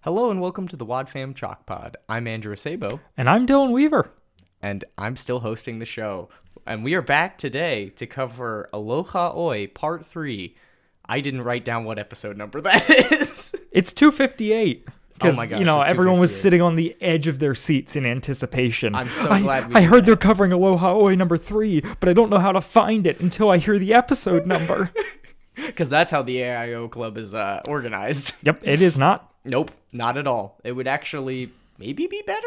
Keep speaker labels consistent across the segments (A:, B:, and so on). A: Hello and welcome to the Wadfam Chalk Pod. I'm Andrew Sabo,
B: And I'm Dylan Weaver.
A: and I'm still hosting the show. And we are back today to cover Aloha Oi Part 3. I didn't write down what episode number that is.
B: It's 258. Because,
A: Oh my gosh,
B: you know,
A: it's
B: everyone was
A: 2:58.
B: sitting on the edge of their seats in anticipation.
A: I'm so
B: I,
A: glad we
B: I
A: did
B: heard they're covering Aloha Oi number three, but I don't know how to find it until I hear the episode number.
A: Because that's how the AIO Club is uh, organized.
B: yep, it is not.
A: Nope, not at all. It would actually maybe be better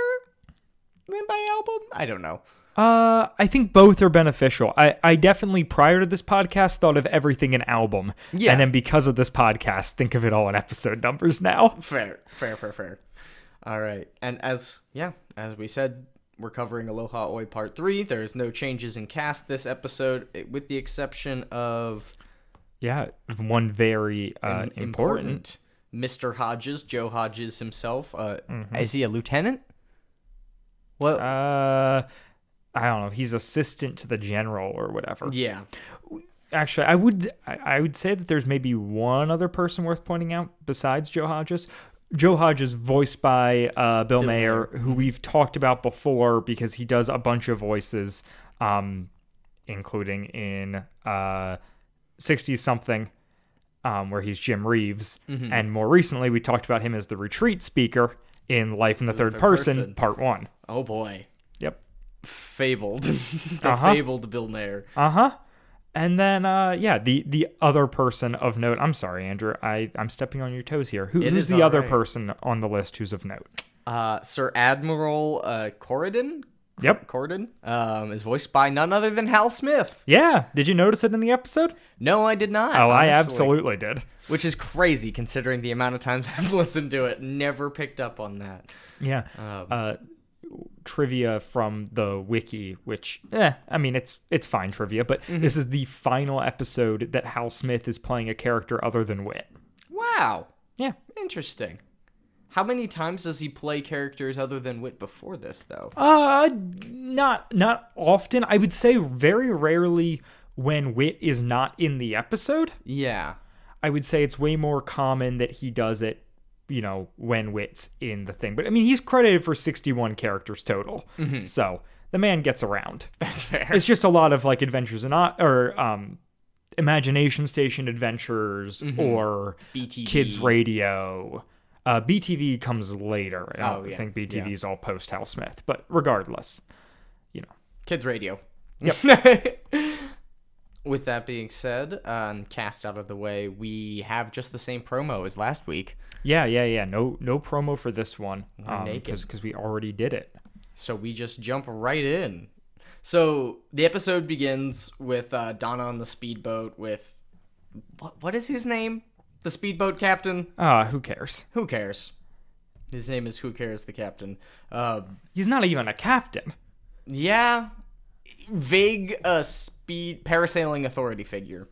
A: than by album. I don't know.
B: Uh, I think both are beneficial. I, I definitely, prior to this podcast, thought of everything an album.
A: Yeah.
B: And then because of this podcast, think of it all in episode numbers now.
A: Fair, fair, fair, fair. All right. And as yeah, as we said, we're covering Aloha Oi Part 3. There's no changes in cast this episode eh, with the exception of
B: Yeah, one very uh, important.
A: Mr. Hodges, Joe Hodges himself. Uh, Is he a lieutenant? Well,
B: Mm-hmm. Uh, I don't know. He's assistant to the general or whatever.
A: yeah.
B: actually i would i I would say that there's maybe one other person worth pointing out besides joe hodges joe hodges voiced by uh, bill, mayer, who we've talked about before because he does a bunch of voices um, including in uh, 60 something um, where he's jim reeves and more recently we talked about him as the retreat speaker in life in the, third,
A: Third
B: person,
A: Person.
B: part one
A: Oh boy.
B: yep
A: Fabled. the
B: Uh-huh.
A: fabled Bill Mayer.
B: Uh-huh. And then uh yeah, the the other person of note. I'm sorry, Andrew. I I'm stepping on your toes here. Who,
A: is
B: who's the other
A: alright.
B: person on the list who's of note?
A: Uh, Sir Admiral uh, Corridon?
B: Yep.
A: Corridon um, is voiced by none other than Hal Smith.
B: Yeah, did you notice it in the episode?
A: No, I did not.
B: Oh, I
A: honestly.
B: absolutely did.
A: Which is crazy considering the amount of times I've listened to it. Never picked up on that.
B: Yeah.
A: Um,
B: uh trivia from the wiki, which eh, I mean it's it's fine trivia, but
A: Mm-hmm.
B: this is the final episode that Hal Smith is playing a character other than Wit.
A: Wow.
B: Yeah.
A: Interesting. How many times does he play characters other than Wit before this, though?
B: Uh, not not often. I would say very rarely when Wit is not in the episode.
A: Yeah.
B: I would say it's way more common that he does it, you know, when Wit's in the thing. But I mean, he's credited for 61 characters total,
A: Mm-hmm.
B: so the man gets around.
A: That's fair.
B: It's just a lot of like adventures and or um, imagination station adventures
A: Mm-hmm.
B: or
A: BTV.
B: kids radio. Uh, BTV comes later. I
A: Oh,
B: don't
A: yeah.
B: think BTV is all post Hal Smith, but regardless, you know.
A: Kids Radio. Yep. With that being said, um, cast out of the way, we have just the same promo as last week.
B: Yeah, yeah, yeah. No, no promo for this one because
A: naked.
B: because we already did it.
A: So we just jump right in. So the episode begins with uh, Donna on the speedboat with what, what is his name? The speedboat captain?
B: Ah, who cares?
A: Who cares? His name is Who Cares the Captain. Um
B: He's not even a captain.
A: yeah, vague uh, speed parasailing authority figure.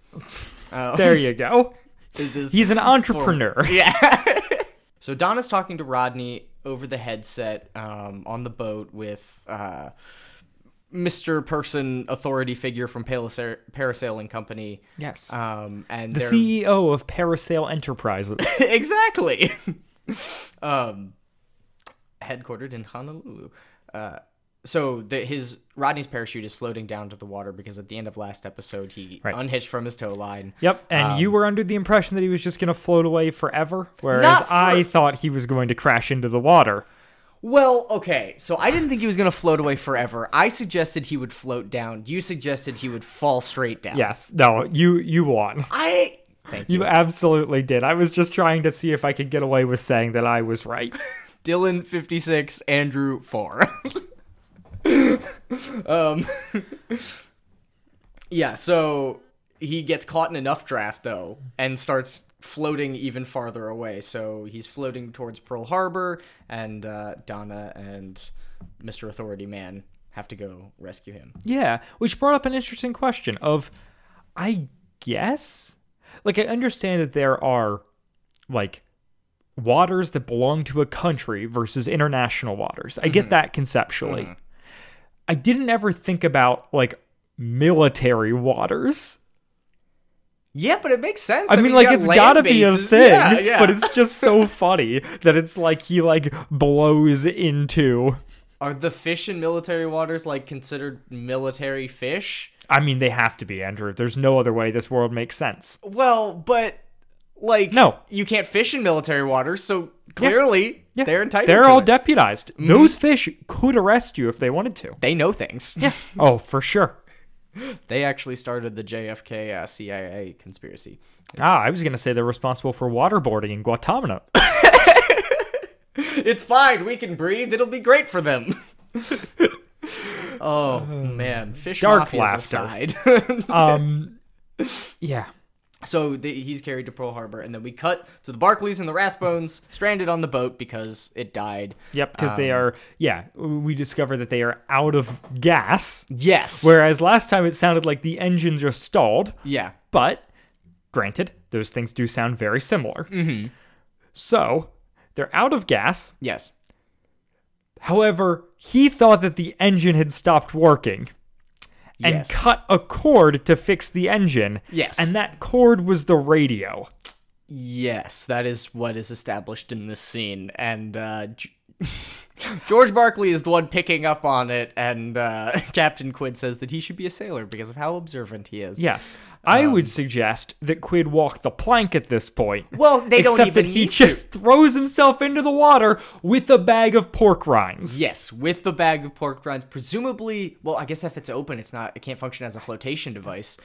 A: Uh,
B: There you go.
A: is his
B: He's an entrepreneur.
A: Yeah. so Donna's talking to Rodney over the headset um, on the boat with uh, Mr. Person Authority figure from Palasair- Parasailing Company.
B: Yes.
A: Um, and
B: the
A: they're-
B: CEO of Parasail Enterprises.
A: exactly. um, headquartered in Honolulu. Uh, so the, his Rodney's parachute is floating down to the water because at the end of last episode he
B: Right.
A: unhitched from his tow line.
B: Yep, and
A: Um,
B: you were under the impression that he was just going to float away forever, whereas
A: Not for-
B: I thought he was going to crash into the water.
A: Well, okay. So I didn't think he was going to float away forever. I suggested he would float down. You suggested he would fall straight down.
B: Yes, no, you you won.
A: I Thank you.
B: You absolutely did. I was just trying to see if I could get away with saying that I was right.
A: Dylan 56, Andrew 4. um Yeah, so he gets caught in enough draft though and starts floating even farther away. So he's floating towards Pearl Harbor and uh, Donna and Mr. Authority Man have to go rescue him.
B: Yeah, which brought up an interesting question of I guess like I understand that there are like waters that belong to a country versus international waters. I
A: Mm-hmm.
B: get that conceptually. I didn't ever think about like military waters.
A: Yeah, but it makes sense.
B: I, mean, like
A: you
B: it's
A: land
B: gotta be a
A: bases.
B: thing,
A: Yeah, yeah.
B: but it's just so funny that it's like he like blows into.
A: are the fish in military waters like considered military fish?
B: I mean, they have to be Andrew. There's no other way this world makes sense.
A: Well, but like
B: No.
A: you can't fish in military waters, so clearly
B: Yeah,
A: they're entitled.
B: They're
A: to
B: all
A: it.
B: deputized. Those fish could arrest you if they wanted to.
A: they know things. Yeah,
B: Oh, for sure.
A: they actually started the JFK uh, CIA conspiracy.
B: Ah, I was gonna say they're responsible for waterboarding in Guantanamo.
A: It's fine. We can breathe. It'll be great for them. oh man, fish
B: Dark
A: mafias
B: laughter.
A: aside.
B: Um, yeah.
A: So the, he's carried to Pearl Harbor, and then we cut to the Barclays and the Rathbones stranded on the boat because it died.
B: Yep, because they are. Yeah, we discover that they are out of gas.
A: Yes.
B: Whereas last time it sounded like the engines are stalled.
A: Yeah.
B: But granted, those things do sound very similar. So they're out of gas.
A: Yes.
B: However, he thought that the engine had stopped working and
A: Yes.
B: cut a cord to fix the engine.
A: Yes.
B: And that cord was the radio.
A: Yes, that is what is established in this scene, and uh, G- George Barkley is the one picking up on it, and uh, Captain Quid says that he should be a sailor because of how observant he is.
B: Yes. I
A: Um,
B: would suggest that Quid walk the plank at this point.
A: Well, they don't
B: Except
A: even
B: that he
A: need to.
B: just throws himself into the water with a bag of pork rinds.
A: Yes, with the bag of pork rinds, presumably. Well, I guess if it's open, it's not. It can't function as a flotation device.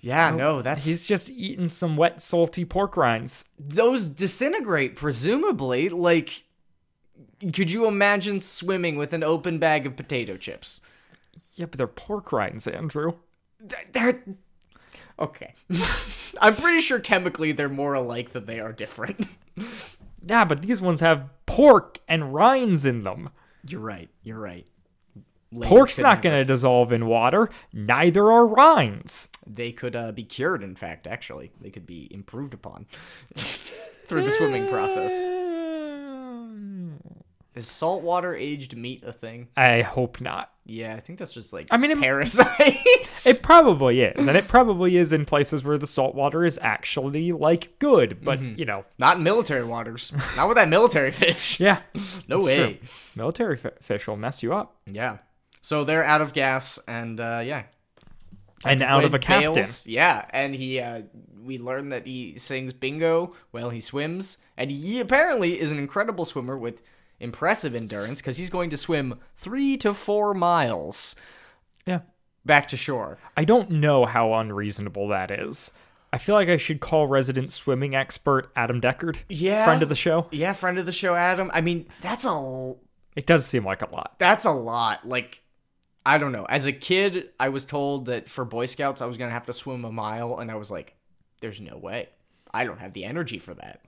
A: Yeah, no, that's
B: He's just eating some wet, salty pork rinds.
A: those disintegrate presumably like could you imagine swimming with an open bag of potato chips
B: Yeah, but they're pork rinds, Andrew.
A: Th- they're okay i'm pretty sure chemically they're more alike than they are different
B: Yeah, but these ones have pork and rinds in them.
A: you're right you're right
B: Pork's not going to dissolve in water. Neither are rinds.
A: they could uh, be cured in fact actually they could be improved upon through the swimming process is saltwater aged meat a thing
B: I hope not.
A: yeah i think that's just like
B: I mean, it-
A: parasites
B: It probably is, and it probably is in places where the salt water is actually like good, but you know,
A: not in military waters not with that military fish
B: yeah,
A: no
B: it's
A: way
B: true. Military f- fish will mess you up,
A: Yeah. So they're out of gas, and uh, yeah,
B: and out of a
A: Quid
B: captain.
A: bails. Yeah, and he, uh, we learn that he sings bingo while he swims, and he apparently is an incredible swimmer with impressive endurance because he's going to swim three to four miles
B: Yeah,
A: back to shore.
B: I don't know how unreasonable that is. I feel like I should call resident swimming expert Adam Deckard,
A: Yeah.
B: friend of the show.
A: Yeah, friend of the show, Adam. I mean, that's a
B: It does seem like a lot.
A: that's a lot. Like, I don't know. As a kid, I was told that for Boy Scouts, I was going to have to swim a mile. And I was like, there's no way. I don't have the energy for that.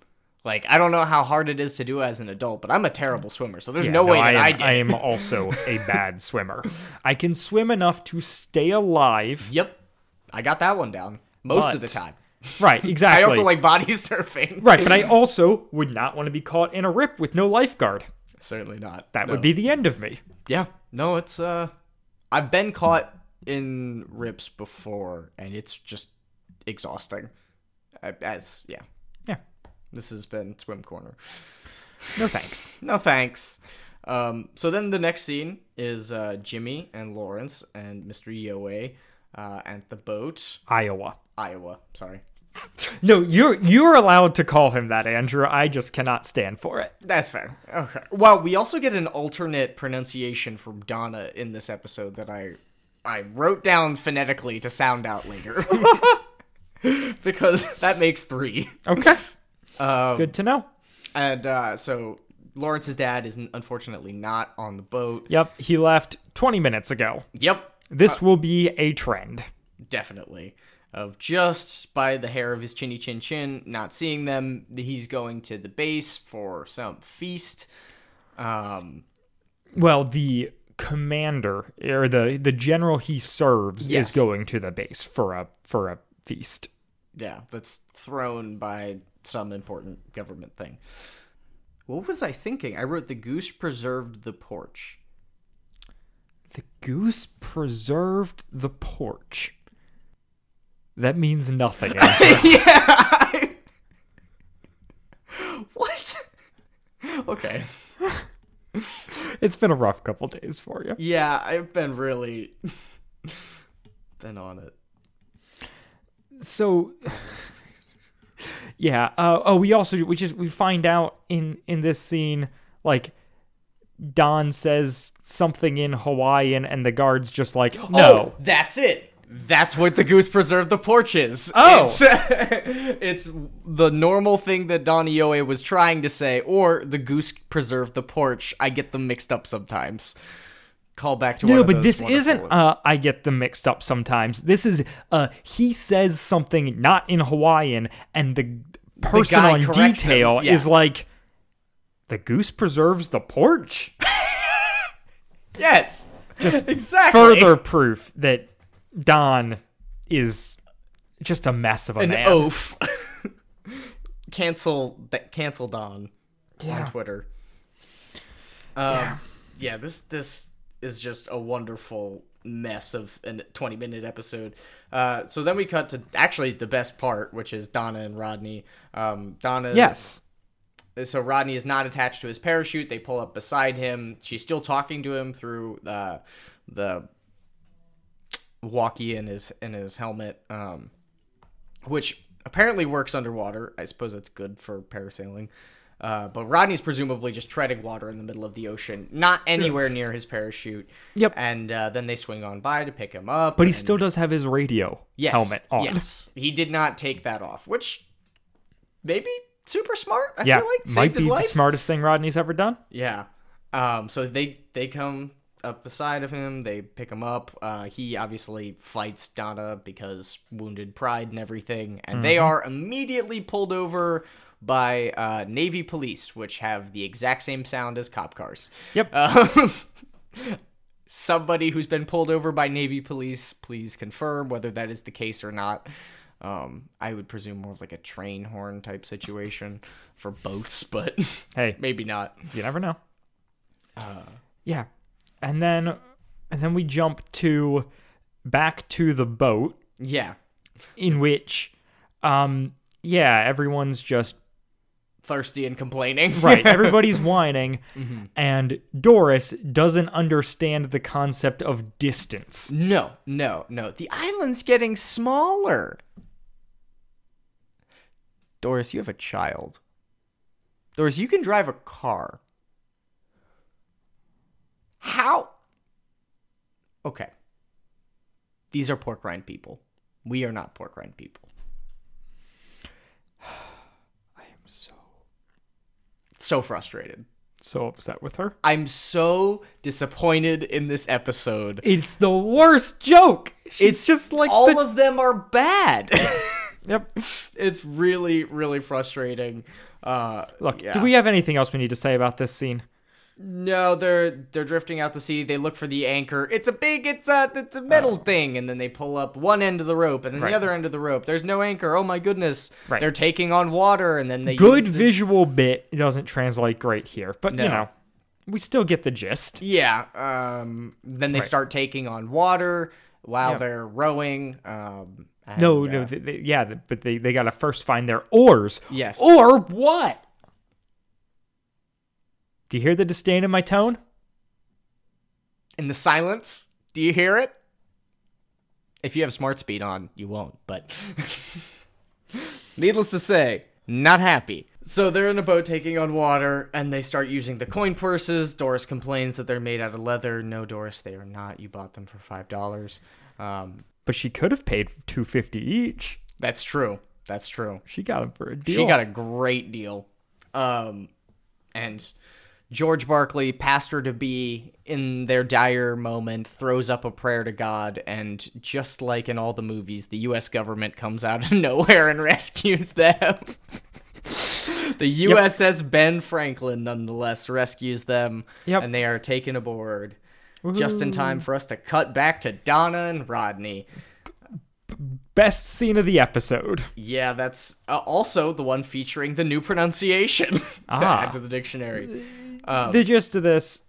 A: Like, I don't know how hard it is to do as an adult, but I'm a terrible swimmer. So there's
B: Yeah,
A: no, way
B: I
A: that
B: am,
A: I, did.
B: I
A: it.
B: am also a bad swimmer. I can swim enough to stay alive.
A: Yep. I got that one down most of the
B: But-
A: time.
B: Right,
A: I
B: exactly.
A: also like body surfing.
B: right, but I also would not want to be caught in a rip with no lifeguard.
A: Certainly not.
B: That
A: No.
B: would be the end of me.
A: Yeah. No, it's, uh, I've been caught in rips before, and it's just exhausting. I, as, yeah.
B: Yeah.
A: This has been Swim Corner.
B: No thanks.
A: No thanks. Um, so then the next scene is uh, Jimmy and Lawrence and Mr. Yoe uh, at the boat.
B: Iowa.
A: Iowa, sorry.
B: No, you're you're allowed to call him that, Andrew. I just cannot stand for it.
A: That's fair. Okay. Well, we also get an alternate pronunciation from Donna in this episode that I I wrote down phonetically to sound out later. because that makes three.
B: Okay.
A: Um,
B: Good to know.
A: and uh, so Lawrence's dad is unfortunately not on the boat.
B: Yep, he left 20 minutes ago.
A: Yep.
B: This will be a trend.
A: definitely of just by the hair of his chinny chin chin not seeing them he's going to the base for some feast um
B: Well, the commander or the the general he serves
A: Yes.
B: is going to the base for a for a feast.
A: yeah that's thrown by some important government thing what was i thinking i wrote the goose preserved the porch
B: The goose preserved the porch. That means nothing. eh? Andrew.
A: yeah. what? Okay.
B: it's been a rough couple days for you.
A: Yeah, I've been really been on it.
B: so yeah uh, oh we also we just we find out in in this scene like don says something in hawaiian and the guards just like
A: Oh,
B: no
A: that's it. That's what the goose preserved the porch is.
B: Oh.
A: It's, it's the normal thing that Don Ioe was trying to say, or the goose preserved the porch. I get them mixed up sometimes. Call back to one
B: no
A: of
B: but
A: those
B: this
A: wonderful
B: isn't
A: ones.
B: uh i get them mixed up sometimes this is uh he says something not in hawaiian and the person
A: guy
B: on
A: corrects him,
B: detail
A: yeah.
B: is like the goose preserves the porch
A: yes, just exactly
B: further proof that Don is just a mess of a
A: an
B: man.
A: oaf. cancel that. Cancel Don on Twitter. Um, yeah. This this is just a wonderful mess of a twenty minute episode. Uh, so then we cut to actually the best part, which is Donna and Rodney. Um, Donna.
B: Yes.
A: So Rodney is not attached to his parachute. They pull up beside him. She's still talking to him through uh, the walkie in his in his helmet, um, which apparently works underwater. I suppose that's good for parasailing. Uh, but Rodney's presumably just treading water in the middle of the ocean, not anywhere near his parachute.
B: Yep.
A: And uh, then they swing on by to pick him up.
B: But he
A: and-
B: still does have his radio
A: yes,
B: helmet on.
A: Yes, he did not take that off, which maybe super smart. I
B: Yeah.
A: feel like saved
B: Might
A: his
B: be the
A: life.
B: smartest thing Rodney's ever done.
A: Yeah. Um, so they they come up beside of him. They pick him up. Uh, he obviously fights Donna because wounded pride and everything, and they are immediately pulled over by uh, Navy police, which have the exact same sound as cop cars.
B: Yep.
A: Um, somebody who's been pulled over by Navy police, please confirm whether that is the case or not. Um, I would presume more of like a train horn type situation for boats, but
B: Hey,
A: maybe not.
B: you never know. Uh. yeah. And then and then we jump to back to the boat
A: Yeah.
B: in which um yeah, everyone's just
A: thirsty and complaining.
B: Right. Everybody's whining, and Doris doesn't understand the concept of distance.
A: no, no, no. The island's getting smaller. Doris, you have a child. Doris, you can drive a car. How? Okay. These are pork rind people. We are not pork rind people.
B: So,
A: So frustrated.
B: so upset with her.
A: I'm so disappointed in this episode.
B: It's the worst joke. She's
A: it's
B: just like
A: all
B: the-
A: of them are bad.
B: Yep.
A: it's really really frustrating uh
B: Look,
A: yeah.
B: do we have anything else we need to say about this scene?
A: no they're they're drifting out to sea they look for the anchor it's a big it's a it's a metal thing and then they pull up one end of the rope and then
B: Uh. Right.
A: the other end of the rope there's no anchor oh my goodness
B: Right.
A: they're taking on water and then they use
B: Good
A: the-
B: visual bit doesn't translate great here, but
A: No.
B: you know, we still get the gist.
A: yeah um then they start taking on water while
B: Yeah.
A: they're rowing um and,
B: No,
A: uh,
B: no, th they, yeah, th- but they, they gotta first find their oars.
A: Yes.
B: Or what? Do you hear the disdain in my tone?
A: in the silence do you hear it if you have smart speed on you won't but needless to say not happy so they're in a boat taking on water and they start using the coin purses doris complains that they're made out of leather no doris they are not you bought them for five dollars um,
B: But she could have paid two fifty each.
A: that's true that's true
B: She got him for a deal.
A: She got a great deal. Um, and George Barkley, pastor to be, in their dire moment, throws up a prayer to God, and just like in all the movies, the U.S. government comes out of nowhere and rescues them. the USS Ben Franklin, nonetheless, rescues them,
B: Yep.
A: and they are taken aboard. Just in time for us to cut back to Donna and Rodney.
B: best scene of the episode.
A: Yeah, that's uh, also the one featuring the new pronunciation to
B: Ah.
A: add to the dictionary.
B: the gist of this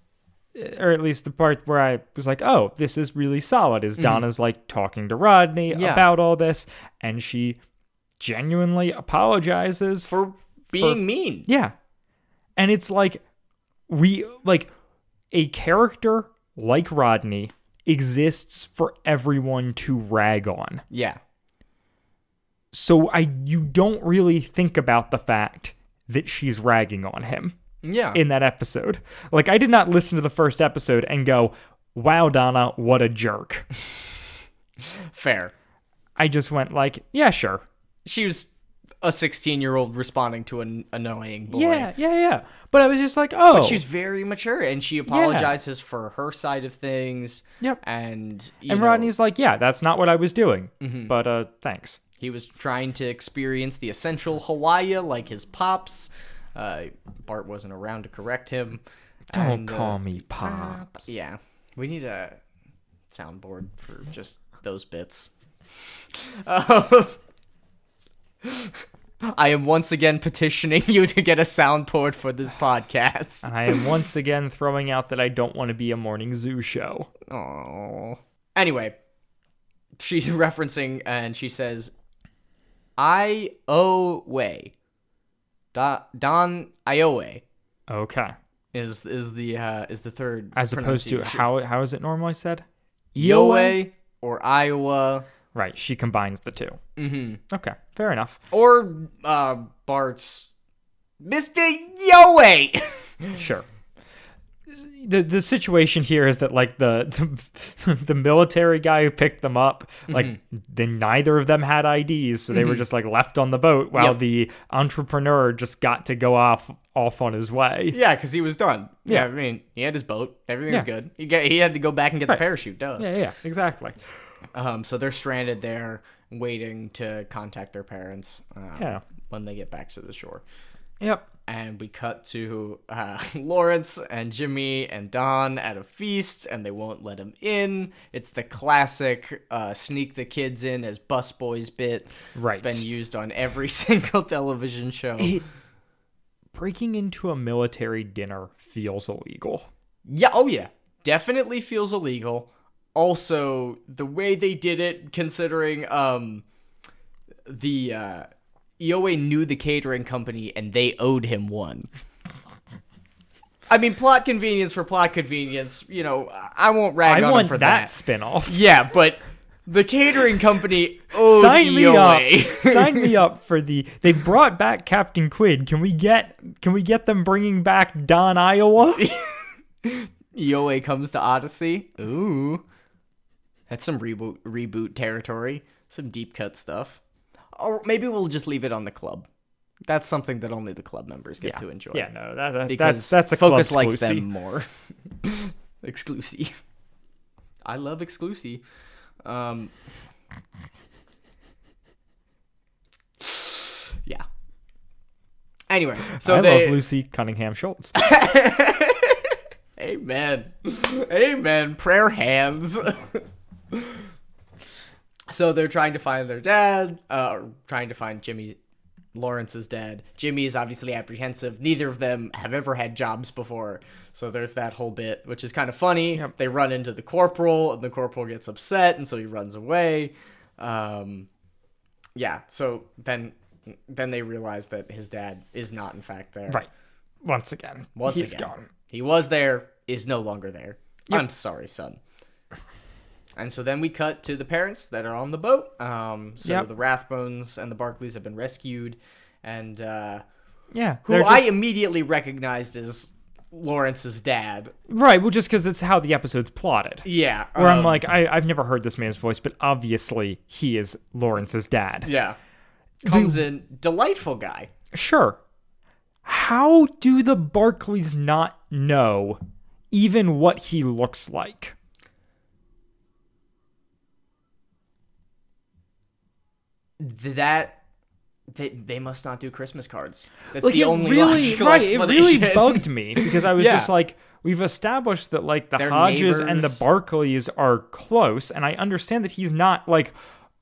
B: eh, or at least the part where I was like, oh, this is really solid, is Donna's like talking to Rodney
A: Mm-hmm. Yeah.
B: about all this, and she genuinely apologizes
A: for being mean.
B: yeah. And it's like we like a character like Rodney exists for everyone to rag on.
A: Yeah.
B: So I you don't really think about the fact that she's ragging on him
A: Yeah.
B: in that episode. Like I did not listen to the first episode and go, "Wow, Donna, what a jerk."
A: Fair.
B: I just went like, "Yeah, sure."
A: She was a 16 year old responding to an annoying boy.
B: Yeah, yeah, yeah. But I was just like, "Oh,
A: She was very mature and she apologizes for her side of things.
B: Yep.
A: And, you
B: and
A: know, Mm-hmm.
B: Rodney's like, "Yeah, that's not what I was doing." But uh thanks.
A: he was trying to experience the essential Hawaii like his pops. Uh, Bart wasn't around to correct him.
B: Don't
A: And, uh,
B: call me pops.
A: Yeah. We need a soundboard for just those bits. Um, I am once again petitioning you to get a soundboard for this podcast.
B: I am once again throwing out that I don't want to be a morning zoo show.
A: Oh. Anyway, she's referencing and she says, I O way. Da- Don Iowe
B: Okay.
A: is is the uh, is the third
B: As opposed to
A: pronunciation.
B: how how is it normally said?
A: Iowe or Iowa
B: Right. She combines the 2 Mm-hmm. Okay. Fair enough.
A: or uh, Bart's Mr. Yoey.
B: Sure. The the situation here is that like the the, the military guy who picked them up,
A: Mm-hmm.
B: like then neither of them had IDs, so they were just like left on the boat while
A: Yep.
B: the entrepreneur just got to go off off on his way.
A: yeah, because he was done. Yeah.
B: Yeah.
A: I mean, he had his boat. Everything was
B: Yeah.
A: good. He got, he had to go back and get
B: Right.
A: the parachute. Duh.
B: Yeah, yeah, exactly.
A: Um, so they're stranded there, waiting to contact their parents. Uh,
B: Yeah.
A: When they get back to the shore,
B: Yep.
A: and we cut to uh, Lawrence and Jimmy and Don at a feast, and they won't let him in. It's the classic uh, sneak the kids in as busboys bit.
B: Right.
A: It's been used on every single television show.
B: it- breaking into a military dinner feels illegal.
A: Yeah, oh yeah. Definitely feels illegal. Also, the way they did it, considering um the uh Ioe knew the catering company and they owed him one. I mean plot convenience for plot convenience, you know, I won't rag
B: I
A: on
B: want
A: him for that.
B: that, spinoff.
A: Yeah, but the catering company owed E
B: Sign me up.
A: Ioe.
B: Sign me up for the. They brought back Captain Quid. Can we get? Can we get them bringing back Don Iowa?
A: Yoe E comes to Odyssey. Ooh. That's some reboot reboot territory. Some deep cut stuff. Or maybe we'll just leave it on the club. That's something that only the club members get to enjoy.
B: Yeah, no, that, that,
A: Because
B: that's that's a
A: focus
B: club
A: likes
B: exclusive.
A: them more. exclusive. I love exclusive. Um Yeah. Anyway, so
B: I
A: they
B: love Lucy Cunningham Schultz.
A: Amen. Amen. Prayer hands. so they're trying to find their dad, uh, or trying to find Jimmy Lawrence's dad. Jimmy is obviously apprehensive. Neither of them have ever had jobs before. So there's that whole bit, which is kind of funny. They run into the corporal, and the corporal gets upset, and so he runs away. Um, yeah, so then then they realize that his dad is not in fact there.
B: right. Once again,
A: Once
B: he's
A: again.
B: gone.
A: He was there, is no longer there. I'm sorry, son. And so then we cut to the parents that are on the boat. Um, so
B: Yep.
A: the Rathbones and the Barclays have been rescued, and uh,
B: Yeah,
A: who
B: they're
A: I
B: just-
A: immediately recognized as Lawrence's dad.
B: right. Well, just because it's how the episode's plotted.
A: Yeah,
B: Where I'm
A: um,
B: like, I, I've never heard this man's voice, but obviously he is Lawrence's dad.
A: yeah, comes in delightful guy.
B: Sure. How do the Barclays not know even what he looks like?
A: Th- That they they must not do Christmas cards. That's
B: Like
A: the
B: it
A: only
B: really,
A: logical
B: right, it really
A: explanation.
B: bugged me because I was
A: Yeah.
B: just like, we've established that like the
A: They're
B: Hodges and the
A: neighbors.
B: Barclays are close, and I understand that he's not like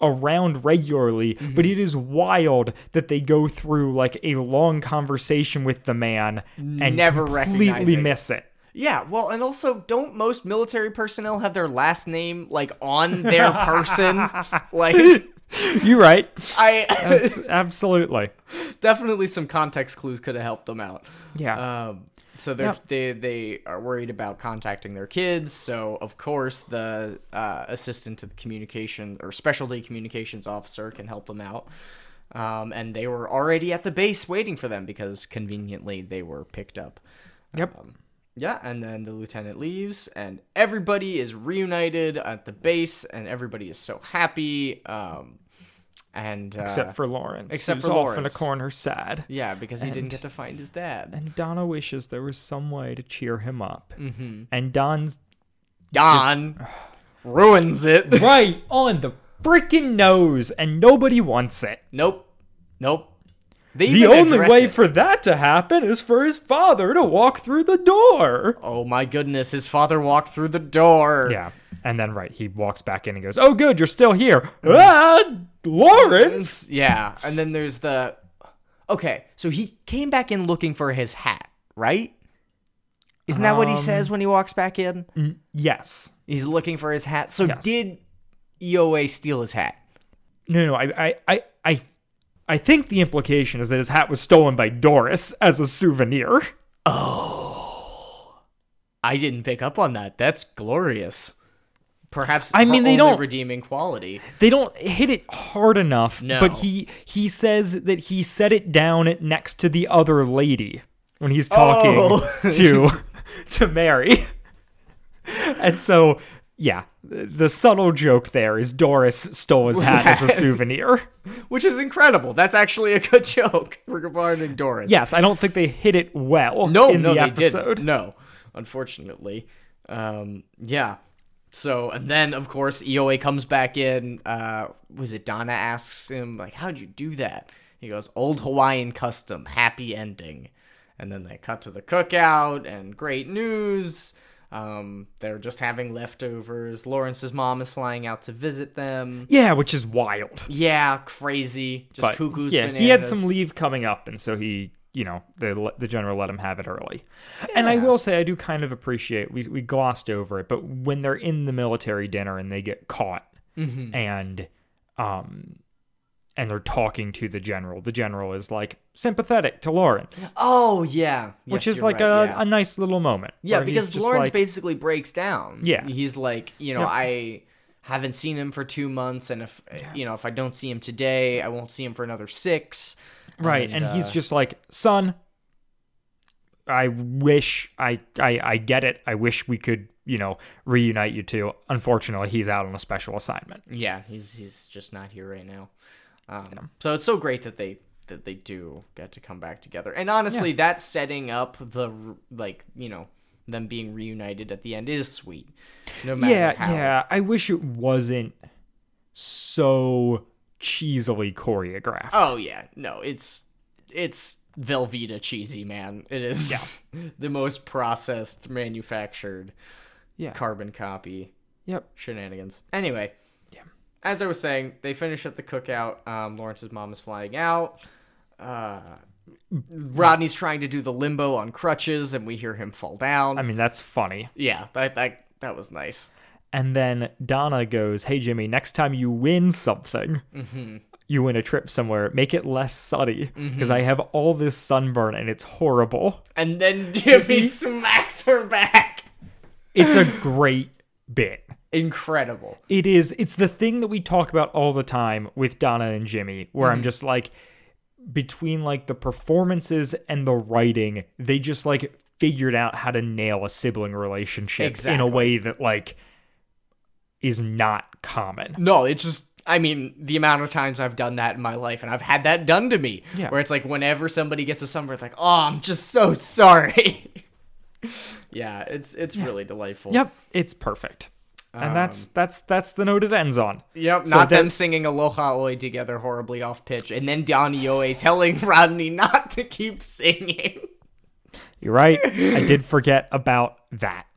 B: around regularly,
A: Mm-hmm.
B: but it is wild that they go through like a long conversation with the man and
A: Never
B: completely
A: recognizing.
B: miss it.
A: Yeah, well, and also, don't most military personnel have their last name like on their person? like,
B: You're right.
A: I
B: Abs- Absolutely.
A: definitely some context clues could have helped them out.
B: Yeah.
A: Um, so they're, they they are worried about contacting their kids. So of course the uh, assistant to the communication or specialty communications officer can help them out. Um, and they were already at the base waiting for them because conveniently they were picked up.
B: Yep.
A: Um, yeah, and then the lieutenant leaves, and everybody is reunited at the base, and everybody is so happy. Um, and uh,
B: except for Lawrence.
A: except for
B: who's off in a
A: Lawrence.
B: corner sad.
A: yeah, because he didn't
B: and-
A: get to find his dad.
B: And Donna wishes there was some way to cheer him up. Mm-hmm. And Don's
A: Don ruins it.
B: right on the freaking nose, and nobody wants it.
A: Nope. Nope. They
B: The
A: even
B: only
A: address
B: way
A: it.
B: for that to happen is for his father to walk through the door.
A: Oh my goodness, his father walked through the door.
B: Yeah. And then, right, he walks back in and goes, Oh, good, you're still here. Ah, Lawrence!
A: It's- Yeah. And then there's the Okay, so he came back in looking for his hat, right? Isn't that what he
B: Um,
A: says when he walks back in?
B: Yes.
A: He's looking for his hat. So
B: Yes.
A: did EOA steal his hat?
B: No, no, I, I, I, I, I think the implication is that his hat was stolen by Doris as a souvenir.
A: I didn't pick up on that. That's glorious. Perhaps
B: I
A: her
B: mean, they
A: only
B: don't-
A: redeeming quality.
B: They don't hit it hard enough,
A: No.
B: but he he says that he set it down at- next to the other lady when he's talking
A: Oh.
B: to to Mary. And so, yeah, the the subtle joke there is Doris stole his hat as a souvenir.
A: Which is incredible. That's actually a good joke regarding Doris.
B: Yes, I don't think they hit it well
A: no,
B: in
A: no,
B: the
A: they
B: episode.
A: didn't. No, unfortunately, um, yeah. So and then of course EOA comes back in. Uh, was it Donna asks him like, "How'd you do that?" He goes, "Old Hawaiian custom, happy ending." And then they cut to the cookout and great news. Um, they're just having leftovers. Lawrence's mom is flying out to visit them.
B: Yeah, which is wild.
A: Yeah, crazy. Just
B: but
A: cuckoo's
B: yeah, he had some
A: bananas.
B: leave coming up, and so he, you know, the le- the general let him have it early. And I will say, I do kind of appreciate we we glossed over it, but when they're in the military dinner and they get caught,
A: Mm-hmm.
B: and um, and they're talking to the general, the general is like sympathetic to Lawrence,
A: Oh yeah,
B: which
A: Yes,
B: is
A: you're
B: like
A: right,
B: a
A: yeah.
B: a nice little moment.
A: Yeah,
B: where he's
A: because
B: just
A: Lawrence
B: like,
A: basically breaks down.
B: Yeah.
A: he's like, you know, I haven't seen him for two months, and if you know, if I don't see him today, I won't see him for another six.
B: right and, he's just like son i wish I, I i get it i wish we could you know reunite you two unfortunately he's out on a special assignment
A: yeah, he's he's just not here right now. Um, So it's so great that they that they do get to come back together. And honestly, that's setting up the r- like you know them being reunited at the end is sweet. No matter
B: yeah
A: how.
B: yeah i wish it wasn't so cheesily choreographed
A: Oh yeah, no, it's it's Velveeta cheesy, man. It is the most processed, manufactured,
B: Yeah.
A: carbon copy
B: yep
A: shenanigans. Anyway, yeah. As I was saying, they finish at the cookout. Um, Lawrence's mom is flying out. Uh, Rodney's trying to do the limbo on crutches, and we hear him fall down.
B: i mean that's funny
A: yeah, that that that was nice.
B: and then donna goes hey jimmy next time you win something you win a trip somewhere make it less sunny because i have all this sunburn and it's horrible
A: And then Jimmy smacks her back.
B: it's a great bit.
A: Incredible.
B: It is it's the thing that we talk about all the time with Donna and Jimmy where I'm just like between like the performances and the writing, they just like figured out how to nail a sibling relationship in a
A: Exactly.
B: way that like is not common.
A: No, it's just I mean, the amount of times I've done that in my life and I've had that done to me.
B: Yeah.
A: Where it's like whenever somebody gets a sunburn, it's like, oh, I'm just so sorry. yeah, it's it's really delightful.
B: Yep, it's perfect. And that's that's that's the note it ends on.
A: Yep,
B: So
A: not
B: then-
A: them singing Aloha Oi together horribly off pitch, and then Donnie Yoe telling Rodney not to keep singing.
B: You're right. I did forget about that.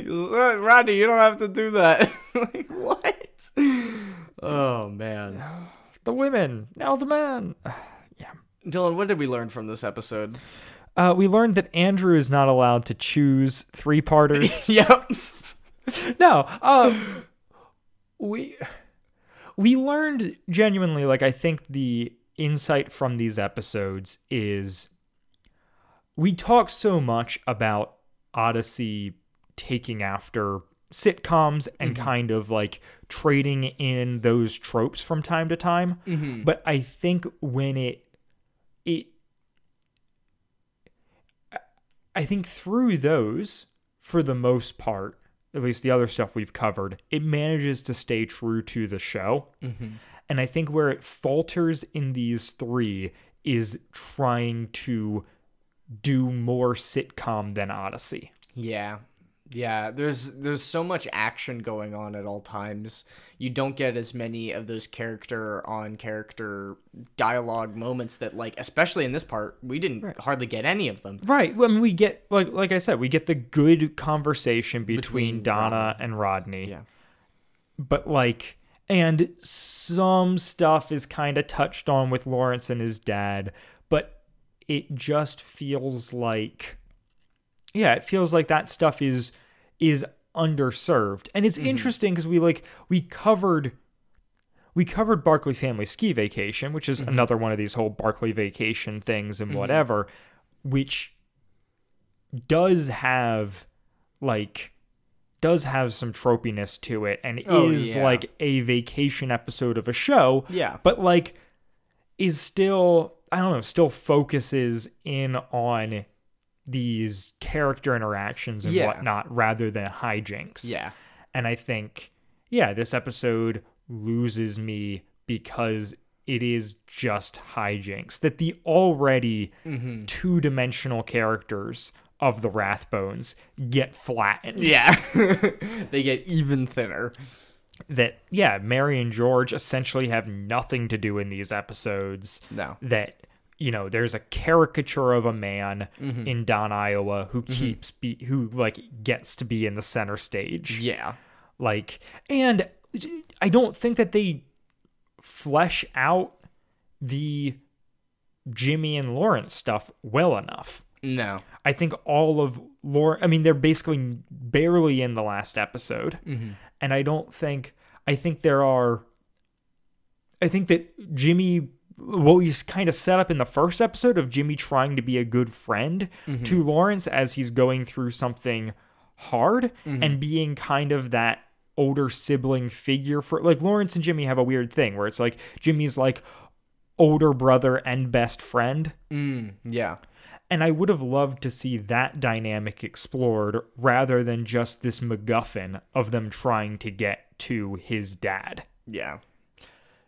A: Rodney, you don't have to do that. like, what? Oh man.
B: The women, now the man.
A: Dylan, what did we learn from this episode?
B: Uh, we learned that Andrew is not allowed to choose three parters.
A: yep.
B: no, uh, we we learned genuinely. Like I think the insight from these episodes is we talk so much about Odyssey taking after sitcoms and kind of like trading in those tropes from time to time.
A: Mm-hmm.
B: But I think when it it I- I think through those, for the most part, at least the other stuff we've covered, it manages to stay true to the show. And I think where it falters in these three is trying to do more sitcom than Odyssey.
A: Yeah. Yeah, there's there's so much action going on at all times. You don't get as many of those character on character dialogue moments that like especially in this part, we didn't hardly get any of them.
B: Right. Well, I mean, we get like like I said, we get the good conversation between, Donna and Rodney.
A: Yeah.
B: But like, and some stuff is kind of touched on with Lawrence and his dad, but it just feels like, yeah, it feels like that stuff is is underserved, and it's interesting because we like we covered. We covered Barclay Family Ski Vacation, which
A: Mm-hmm.
B: is another one of these whole Barclay Vacation things and whatever, which does have like does have some tropiness to it and
A: Oh,
B: is
A: yeah.
B: like a vacation episode of a show
A: Yeah.
B: but like is still i don't know still focuses in on these character interactions and
A: Yeah.
B: whatnot rather than hijinks
A: Yeah.
B: and I think, yeah, this episode loses me because it is just hijinks. That the already
A: Mm-hmm.
B: two dimensional characters of the Wrathbones get flattened.
A: Yeah. they get even thinner.
B: That, yeah, Mary and George essentially have nothing to do in these episodes.
A: No.
B: That, you know, there's a caricature of a man
A: Mm-hmm.
B: in Don, Iowa who keeps be who like gets to be in the center stage.
A: Yeah.
B: like and i don't think that they flesh out the jimmy and lawrence stuff well enough
A: No.
B: i think all of Law. i mean they're basically barely in the last episode and i don't think i think there are i think that jimmy what we kind of set up in the first episode of jimmy trying to be a good friend to lawrence as he's going through something hard and being kind of that older sibling figure for like Lawrence and Jimmy have a weird thing where it's like Jimmy's like older brother and best friend
A: Mm, yeah.
B: and I would have loved to see that dynamic explored rather than just this MacGuffin of them trying to get to his dad.
A: Yeah.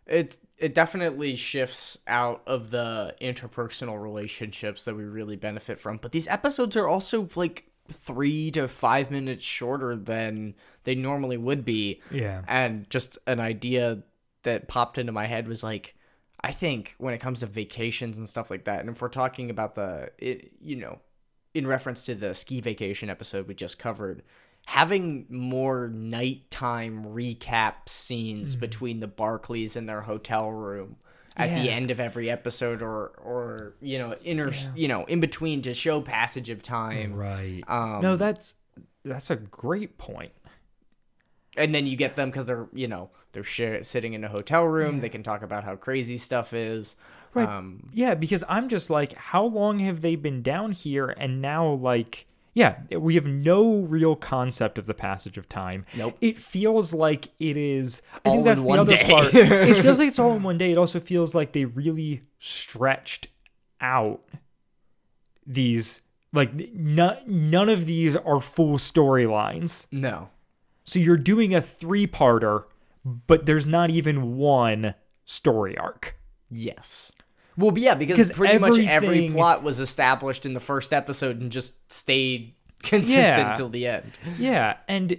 A: It it definitely shifts out of the interpersonal relationships that we really benefit from. But these episodes are also like three to five minutes shorter than they normally would be.
B: Yeah.
A: And just an idea that popped into my head was like, I think when it comes to vacations and stuff like that, and if we're talking about the, it, you know, in reference to the ski vacation episode we just covered, having more nighttime recap scenes
B: Mm-hmm.
A: between the Barclays and their hotel room at the
B: Yeah.
A: end of every episode or or you know inter you know in between to show passage of time
B: Right. no, that's that's a great point.
A: and then you get them because they're you know they're share- sitting in a hotel room they can talk about how crazy stuff is
B: Right.
A: um
B: Yeah, because I'm just like, how long have they been down here? And now, like, yeah, we have no real concept of the passage of time.
A: Nope.
B: It feels like it is. I
A: All
B: think
A: in
B: that's the
A: one
B: other
A: day.
B: part. it feels like it's all in one day. It also feels like they really stretched out these. Like none, none of these are full storylines.
A: no
B: So you're doing a three-parter, but there's not even one story arc.
A: yes well yeah because
B: 'Cause
A: pretty much every
B: everything-
A: plot was established in the first episode and just stayed consistent
B: Yeah.
A: till the end
B: Yeah, and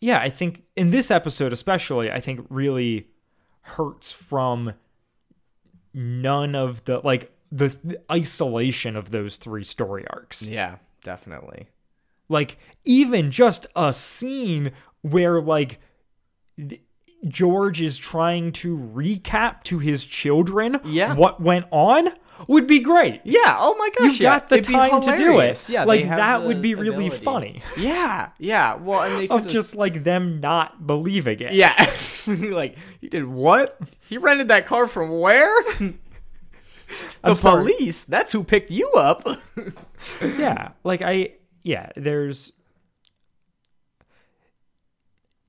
B: yeah, I think in this episode especially, I think really hurts from none of the like the, the isolation of those three story arcs.
A: yeah definitely
B: Like even just a scene where like th- George is trying to recap to his children
A: Yeah.
B: what went on would be great.
A: Yeah. Oh my gosh.
B: You've
A: yeah.
B: got the
A: It'd be
B: time to do it.
A: hilarious. Yeah.
B: like
A: they have
B: that
C: the
B: would be really
C: ability.
B: funny.
A: the- Yeah. Yeah. Well, and they
B: Of
A: could-
B: just like them not believing it.
A: Yeah. like he did what? He rented that car from where? the
B: I'm sorry.
A: police. That's who picked you up.
B: yeah like i yeah there's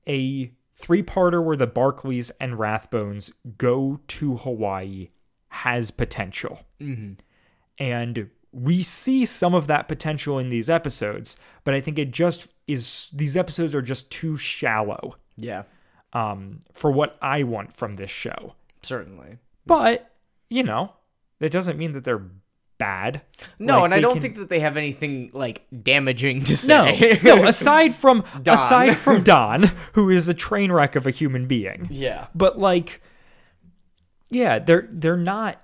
B: a three-parter where the barclays and rathbones go to hawaii has potential
A: Mm-hmm.
B: and we see some of that potential in these episodes but i think it just is these episodes are just too shallow
A: yeah.
B: um, for what i want from this show
A: Certainly.
B: but you know that doesn't mean that they're bad
A: No,
B: Like,
A: and I
B: they
A: don't
B: can-
A: think that they have anything like damaging to
B: No,
A: say.
B: no. Aside from
A: Don.
B: aside from Don, who is a train wreck of a human being,
A: yeah.
B: but like, yeah, they're they're not.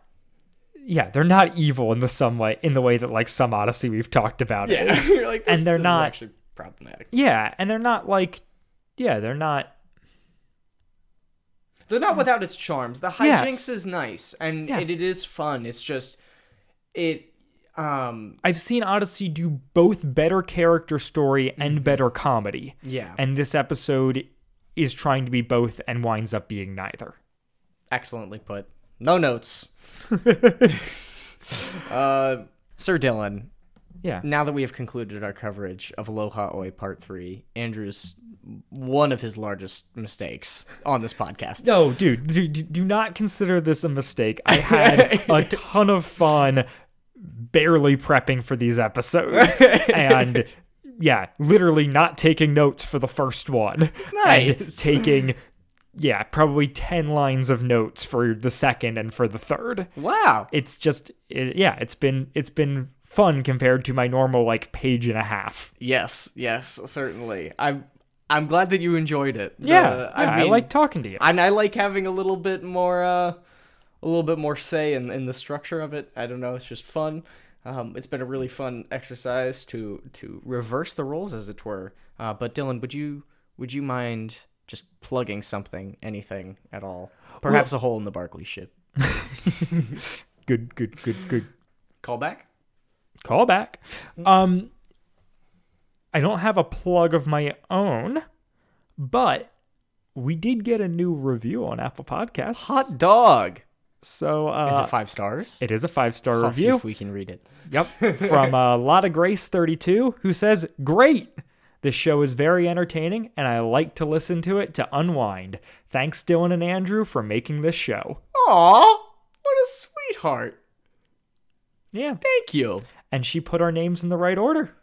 B: Yeah, they're not evil in the some way in the way that like some Odyssey we've talked about. it.
A: Yeah. You're like, this-
B: And they're
A: this is
B: not-
A: actually problematic.
B: yeah, and they're not like, yeah, they're not.
A: They're not without its charms. The hijinks
B: Yes.
A: is nice and
B: Yeah.
A: it, it is fun. It's just it um
B: I've seen Odyssey do both better character story and better comedy,
A: Mm-hmm. yeah.
B: and this episode is trying to be both and winds up being neither.
A: excellently put. No notes. uh, Sir Dylan,
B: Yeah,
A: now that we have concluded our coverage of Aloha Oi Part 3, Andrew's one of his largest mistakes on this podcast.
B: No, dude, do, do- do not consider this a mistake. I had a ton of fun barely prepping for these episodes. And yeah, literally not taking notes for the first one. And
A: Nice.
B: taking, yeah, probably 10 lines of notes for the second and for the third.
A: Wow.
B: It's just, it, yeah, it's been, it's been fun compared to my normal like page and a half.
A: Yes, yes, certainly. I'm I'm glad that you enjoyed it.
B: Yeah,
A: The-
B: yeah, I
A: mean,
B: like talking to you.
A: and I like having a little bit more uh a little bit more say in, in the structure of it. I don't know, it's just fun. Um, it's been a really fun exercise to to reverse the roles as it were. Uh, but Dylan, would you would you mind just plugging something, anything at all? Perhaps a hole in the Barclay ship.
B: Good, good, good, good,
A: Callback?
B: call back. Um, I don't have a plug of my own, but we did get a new review on Apple Podcasts.
A: Hot dog.
B: So
A: Is
B: uh,
A: it five stars?
B: it is a five star
A: I'll see
B: review.
A: if we can read it.
B: Yep, from uh, Lotta Grace thirty two, who says, "Great." This show is very entertaining, and I like to listen to it to unwind. Thanks, Dylan and Andrew, for making this show.
A: Aw, what a sweetheart.
B: Yeah,
A: Thank you.
B: and she put our names in the right order.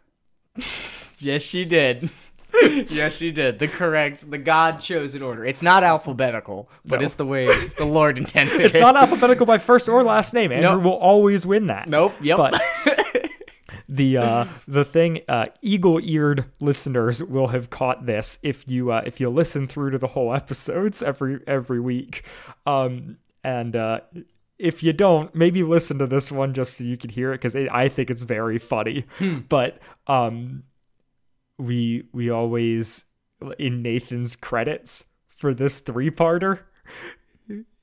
A: Yes, she did. yes, she did. The correct, the God chosen order. It's not alphabetical, but
B: No.
A: it's the way the Lord intended
B: It's
A: it.
B: not alphabetical by first or last name. Andrew
A: Nope.
B: will always win that.
A: nope. Yep.
B: But the uh, the thing uh, eagle-eared listeners will have caught this if you uh, if you listen through to the whole episodes every every week, um, and uh, if you don't, maybe listen to this one just so you can hear it because I think it's very funny. But um, we we always in Nathan's credits for this three-parter.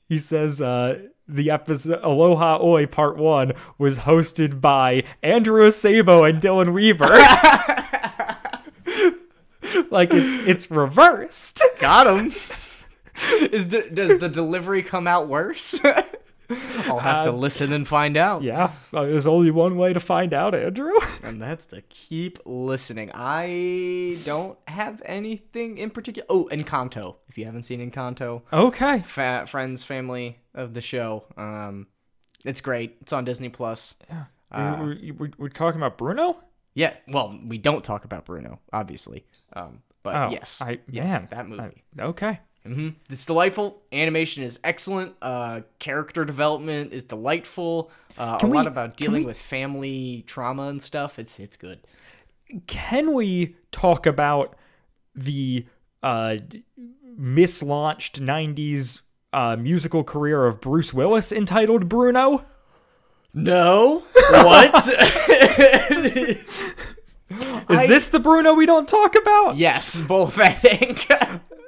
B: He says uh, the episode Aloha Oi Part 1 was hosted by Andrew Sabo and Dylan Weaver. like it's it's reversed.
A: Got him. Is the, does the delivery come out worse? I'll have to listen and find out.
B: Uh, Yeah, uh, there's only one way to find out, Andrew.
A: And that's to keep listening. I don't have anything in particular. Oh, Encanto. If you haven't seen Encanto,
B: Okay.
A: fa- friends, family of the show. Um, it's great. It's on Disney Plus.
B: we're, we're, we're talking about Bruno?
A: Yeah, well, we don't talk about Bruno, obviously. Um, but
B: Oh,
A: yes,
B: I-
A: yes,
B: man,
A: that movie.
B: I- okay.
A: hmm It's delightful. Animation is excellent. Uh, character development is delightful. Uh, a
B: Can
A: lot
B: we-
A: about
B: can
A: dealing
B: we-
A: with family trauma and stuff. It's it's good.
B: Can we talk about the uh, mislaunched 90s uh, musical career of Bruce Willis entitled Bruno?
A: No, what?
B: Is
A: I-
B: this the Bruno we don't talk about?
A: yes, both. I think.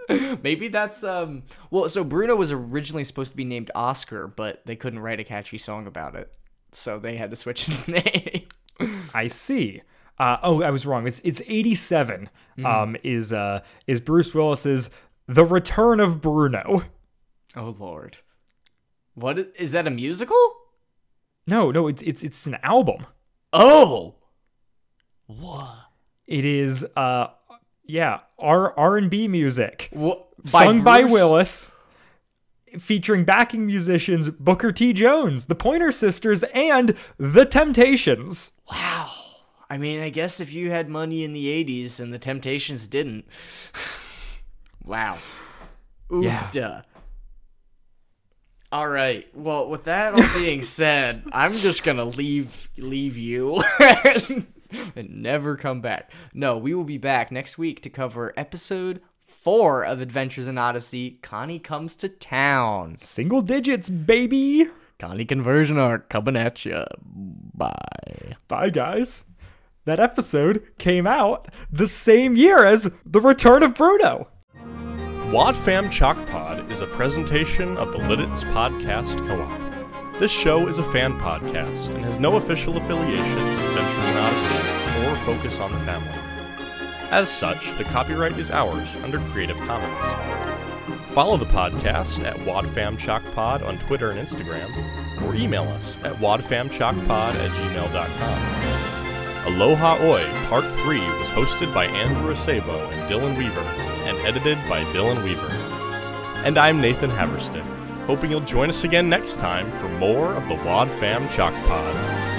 A: Maybe that's um well so Bruno was originally supposed to be named Oscar, but they couldn't write a catchy song about it. So they had to switch his name.
B: I see. Uh, oh, I was wrong. It's it's 87. Um, is uh is Bruce Willis's The Return of Bruno?
A: oh lord. What is, is that a musical?
B: No, no, it's it's it's an album.
A: Oh. What?
B: It is uh yeah, R R and B music
A: What
B: sung by
A: Bruce?
B: Willis featuring backing musicians Booker T Jones, the Pointer Sisters and The Temptations.
A: Wow. I mean, I guess if you had money in the 80s and the Temptations didn't. wow.
B: Yeah.
A: Oofda. All right. Well, with that all being said, I'm just going to leave leave you and never come back. No, we will be back next week to cover episode 4 of Adventures in Odyssey, Connie comes to town.
B: Single digits, baby.
A: Connie conversion arc coming at you. Bye.
B: Bye guys. That episode came out the same year as The Return of Bruno.
C: Wadfam Chalk Pod is a presentation of the Lidditz Podcast Co-op. This show is a fan podcast and has no official affiliation with Adventures in Odyssey or Focus on the Family. As such, the copyright is ours under Creative Commons. Follow the podcast at Wadfam Chalk Pod on Twitter and Instagram, or email us at wadfamchalkpod at gmail.com. Aloha Oi Part 3 was hosted by Andrew Acebo and Dylan Weaver and edited by Dylan Weaver. And I'm Nathan Haverston, hoping you'll join us again next time for more of the Wad Fam Chalk Pod.